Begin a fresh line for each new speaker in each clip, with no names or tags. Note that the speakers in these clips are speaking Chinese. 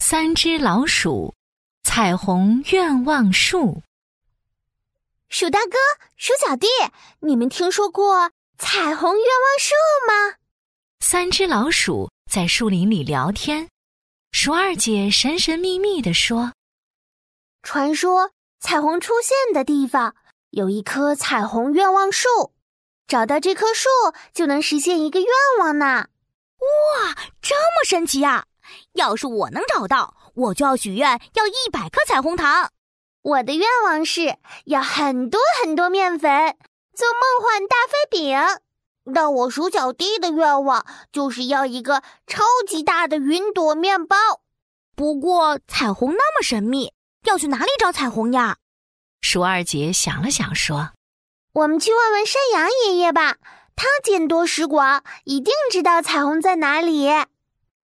三只老鼠，彩虹愿望树。
鼠大哥、鼠小弟，你们听说过彩虹愿望树吗？
三只老鼠在树林里聊天，鼠二姐神神秘秘地说
传说彩虹出现的地方有一棵彩虹愿望树，找到这棵树就能实现一个愿望呢。
这么神奇啊！要是我能找到，我就要许愿要一百颗彩虹糖。
我的愿望是要很多很多面粉，做梦幻大飞饼。但我鼠小弟的愿望就是要一个超级大的云朵面包。
不过彩虹那么神秘，要去哪里找彩虹呀？：“
鼠二姐想了想说，
我们去问问山羊爷爷吧，他见多识广，一定知道彩虹在哪里。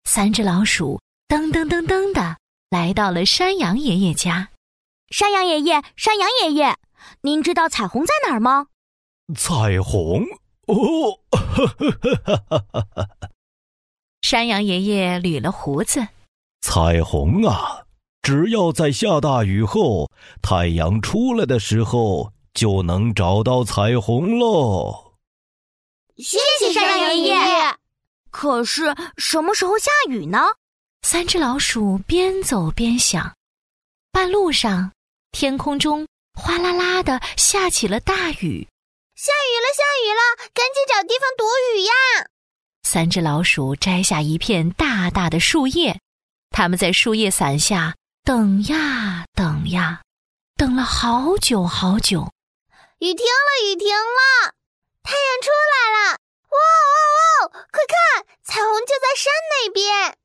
三只老鼠噔噔噔噔的来到了山羊爷爷家。
山羊爷爷，山羊爷爷，您知道彩虹在哪儿吗？
彩虹哦，
山羊爷爷捋了胡子，
彩虹啊！只要在下大雨后，太阳出来的时候，就能找到彩虹喽。
谢
谢山羊爷爷。可是什么时候下雨呢？
三只老鼠边走边想。半路上，天空中哗啦啦的下起了大雨。
下雨了，下雨了，赶紧找地方躲雨呀！
三只老鼠摘下一片大大的树叶，它们在树叶伞下等呀等呀，等了好久好久。
雨停了，雨停了，太阳出来了！哇哦哇哦，快看，彩虹就在山那边。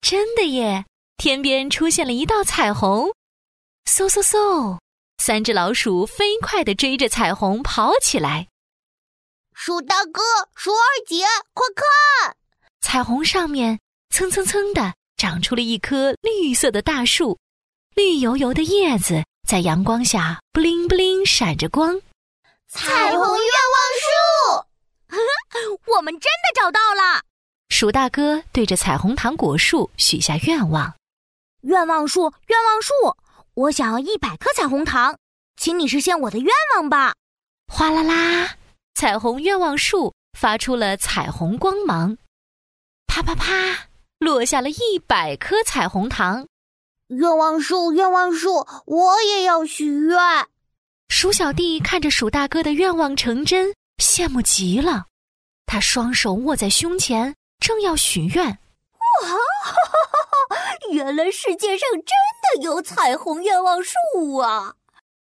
真的耶！天边出现了一道彩虹，嗖嗖嗖！三只老鼠飞快地追着彩虹跑起来。
鼠大哥、鼠二姐，快看！
彩虹上面蹭蹭蹭地长出了一棵绿色的大树，绿油油的叶子在阳光下布灵布灵闪着光。
彩虹愿望树，
我们真的找到了！
鼠大哥对着彩虹糖果树许下愿望。
愿望树，愿望树，我想要一百颗彩虹糖，请你实现我的愿望吧。
哗啦啦，彩虹愿望树发出了彩虹光芒，啪啪啪，落下了一百颗彩虹糖。
愿望树，愿望树，我也要许愿。
哦
鼠小弟看着鼠大哥的愿望成真，羡慕极了。他双手握在胸前，正要许愿，
原来世界上真的有彩虹愿望树啊！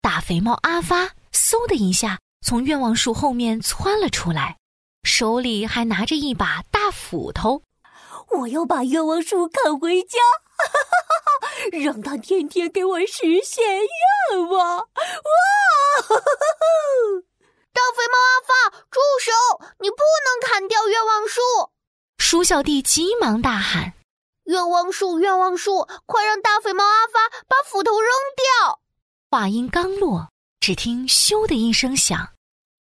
大肥猫阿发嗖的一下从愿望树后面窜了出来，手里还拿着一把大斧头。
我要把愿望树砍回家， 让它天天给我实现愿望。哇！
大肥猫阿发，住手！你不能砍掉愿望树！
鼠小弟急忙大喊。
愿望树，愿望树，快让大肥猫阿发把斧头扔掉！
话音刚落，只听“咻”的一声响，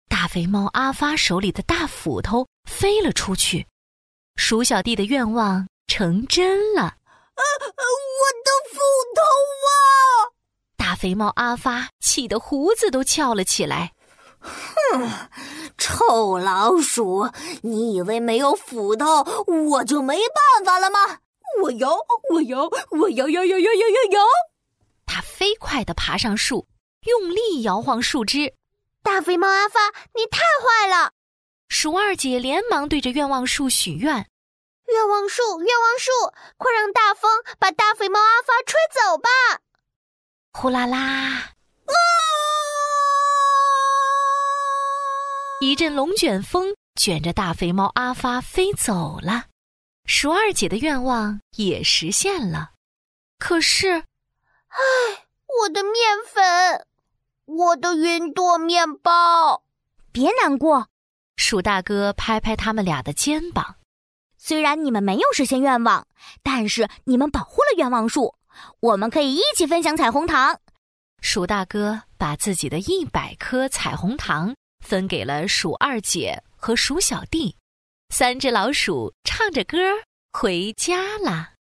大肥猫阿发手里的大斧头飞了出去。鼠小弟的愿望成真了，
呃我的斧头啊！
大肥猫阿发气得胡子都翘了起来。
臭老鼠，你以为没有斧头我就没办法了吗？我摇，我摇，我摇摇摇摇摇摇摇！
他飞快地爬上树，用力摇晃树枝。
大肥猫阿发，你太坏了！
鼠二姐连忙对着愿望树许愿。
愿望树，愿望树，快让大风把大肥猫阿发吹走吧！
啊
呼啦啦，一阵龙卷风卷着大肥猫阿发飞走了。鼠二姐的愿望也实现了，可是
我的面粉，我的云朵面包。
别难过，
鼠大哥拍拍他们俩的肩膀，
虽然你们没有实现愿望，但是你们保护了愿望树，我们可以一起分享彩虹糖。
鼠大哥把自己的一百颗彩虹糖分给了鼠二姐和鼠小弟，三只老鼠唱着歌儿回家啦。